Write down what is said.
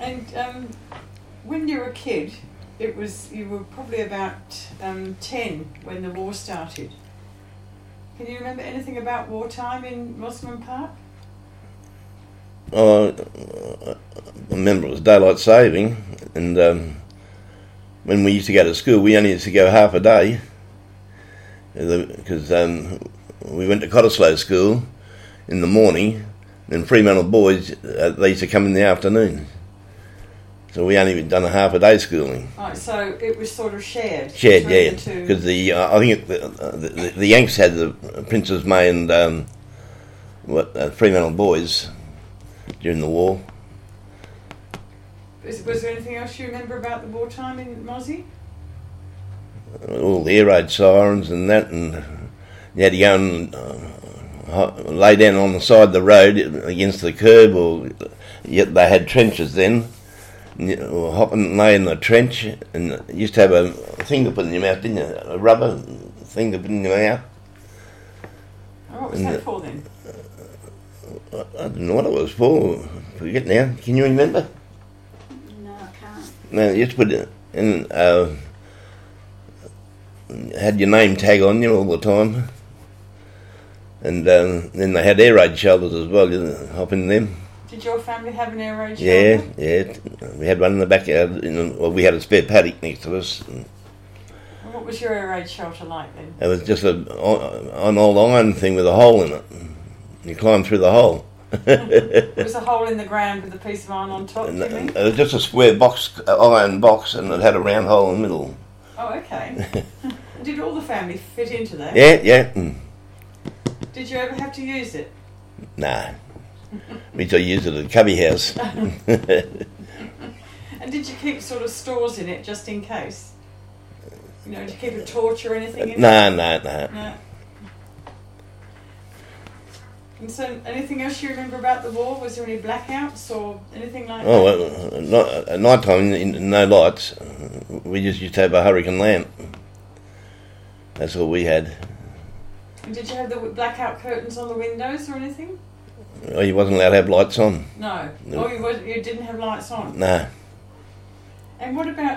And um, when you were a kid, it was you were probably about um, ten when the war started. Can you remember anything about wartime in Rosamond Park? Uh, I remember it was daylight saving, and um, when we used to go to school, we only used to go half a day because um, we went to Cottesloe School in the morning, and Fremantle boys uh, they used to come in the afternoon. So we only done a half a day schooling. Right, so it was sort of shared. Shared, between yeah, the two. because the uh, I think it, the, uh, the, the the Yanks had the Princess May and um, what uh, Fremantle boys during the war. Was, was there anything else you remember about the wartime in Mozzie? all the air raid sirens and that, and you had to go and uh, ho- lay down on the side of the road against the curb, or yet they had trenches then. And you or hop and lay in the trench, and you used to have a thing to put in your mouth, didn't you? A rubber thing to put in your mouth. Oh, what was And that the- for then? I don't know what it was for. Forget now. Can you remember? No, I can't. No, you just put it in. Uh, had your name tag on you all the time, and um, then they had air raid shelters as well. You know, hop in them. Did your family have an air raid Yeah, shelter? yeah. We had one in the backyard. In the, well, we had a spare paddock next to us. And what was your air raid shelter like then? It was just a an old iron thing with a hole in it. You climbed through the hole. It was a hole in the ground with a piece of iron on top, And you mean? it was just a square box, uh, iron box, and it had a round hole in the middle. Oh, okay. Did all the family fit into that? Yeah, yeah. mm. Did you ever have to use it? Nah. We used to use it at Cubby House. And did you keep sort of stores in it just in case? You know, did you keep a torch or anything in nah, nah, nah. it? No. And so, anything else you remember about the war? Was there any blackouts or anything like Oh, that? well, uh, not, at night time, in- in- no lights. We just used to have a hurricane lamp. That's all we had. And did you have the w- blackout curtains on the windows or anything? Oh, You wasn't allowed to have lights on. No. Oh, No. Or you, was, you didn't have lights on? Nah. And what about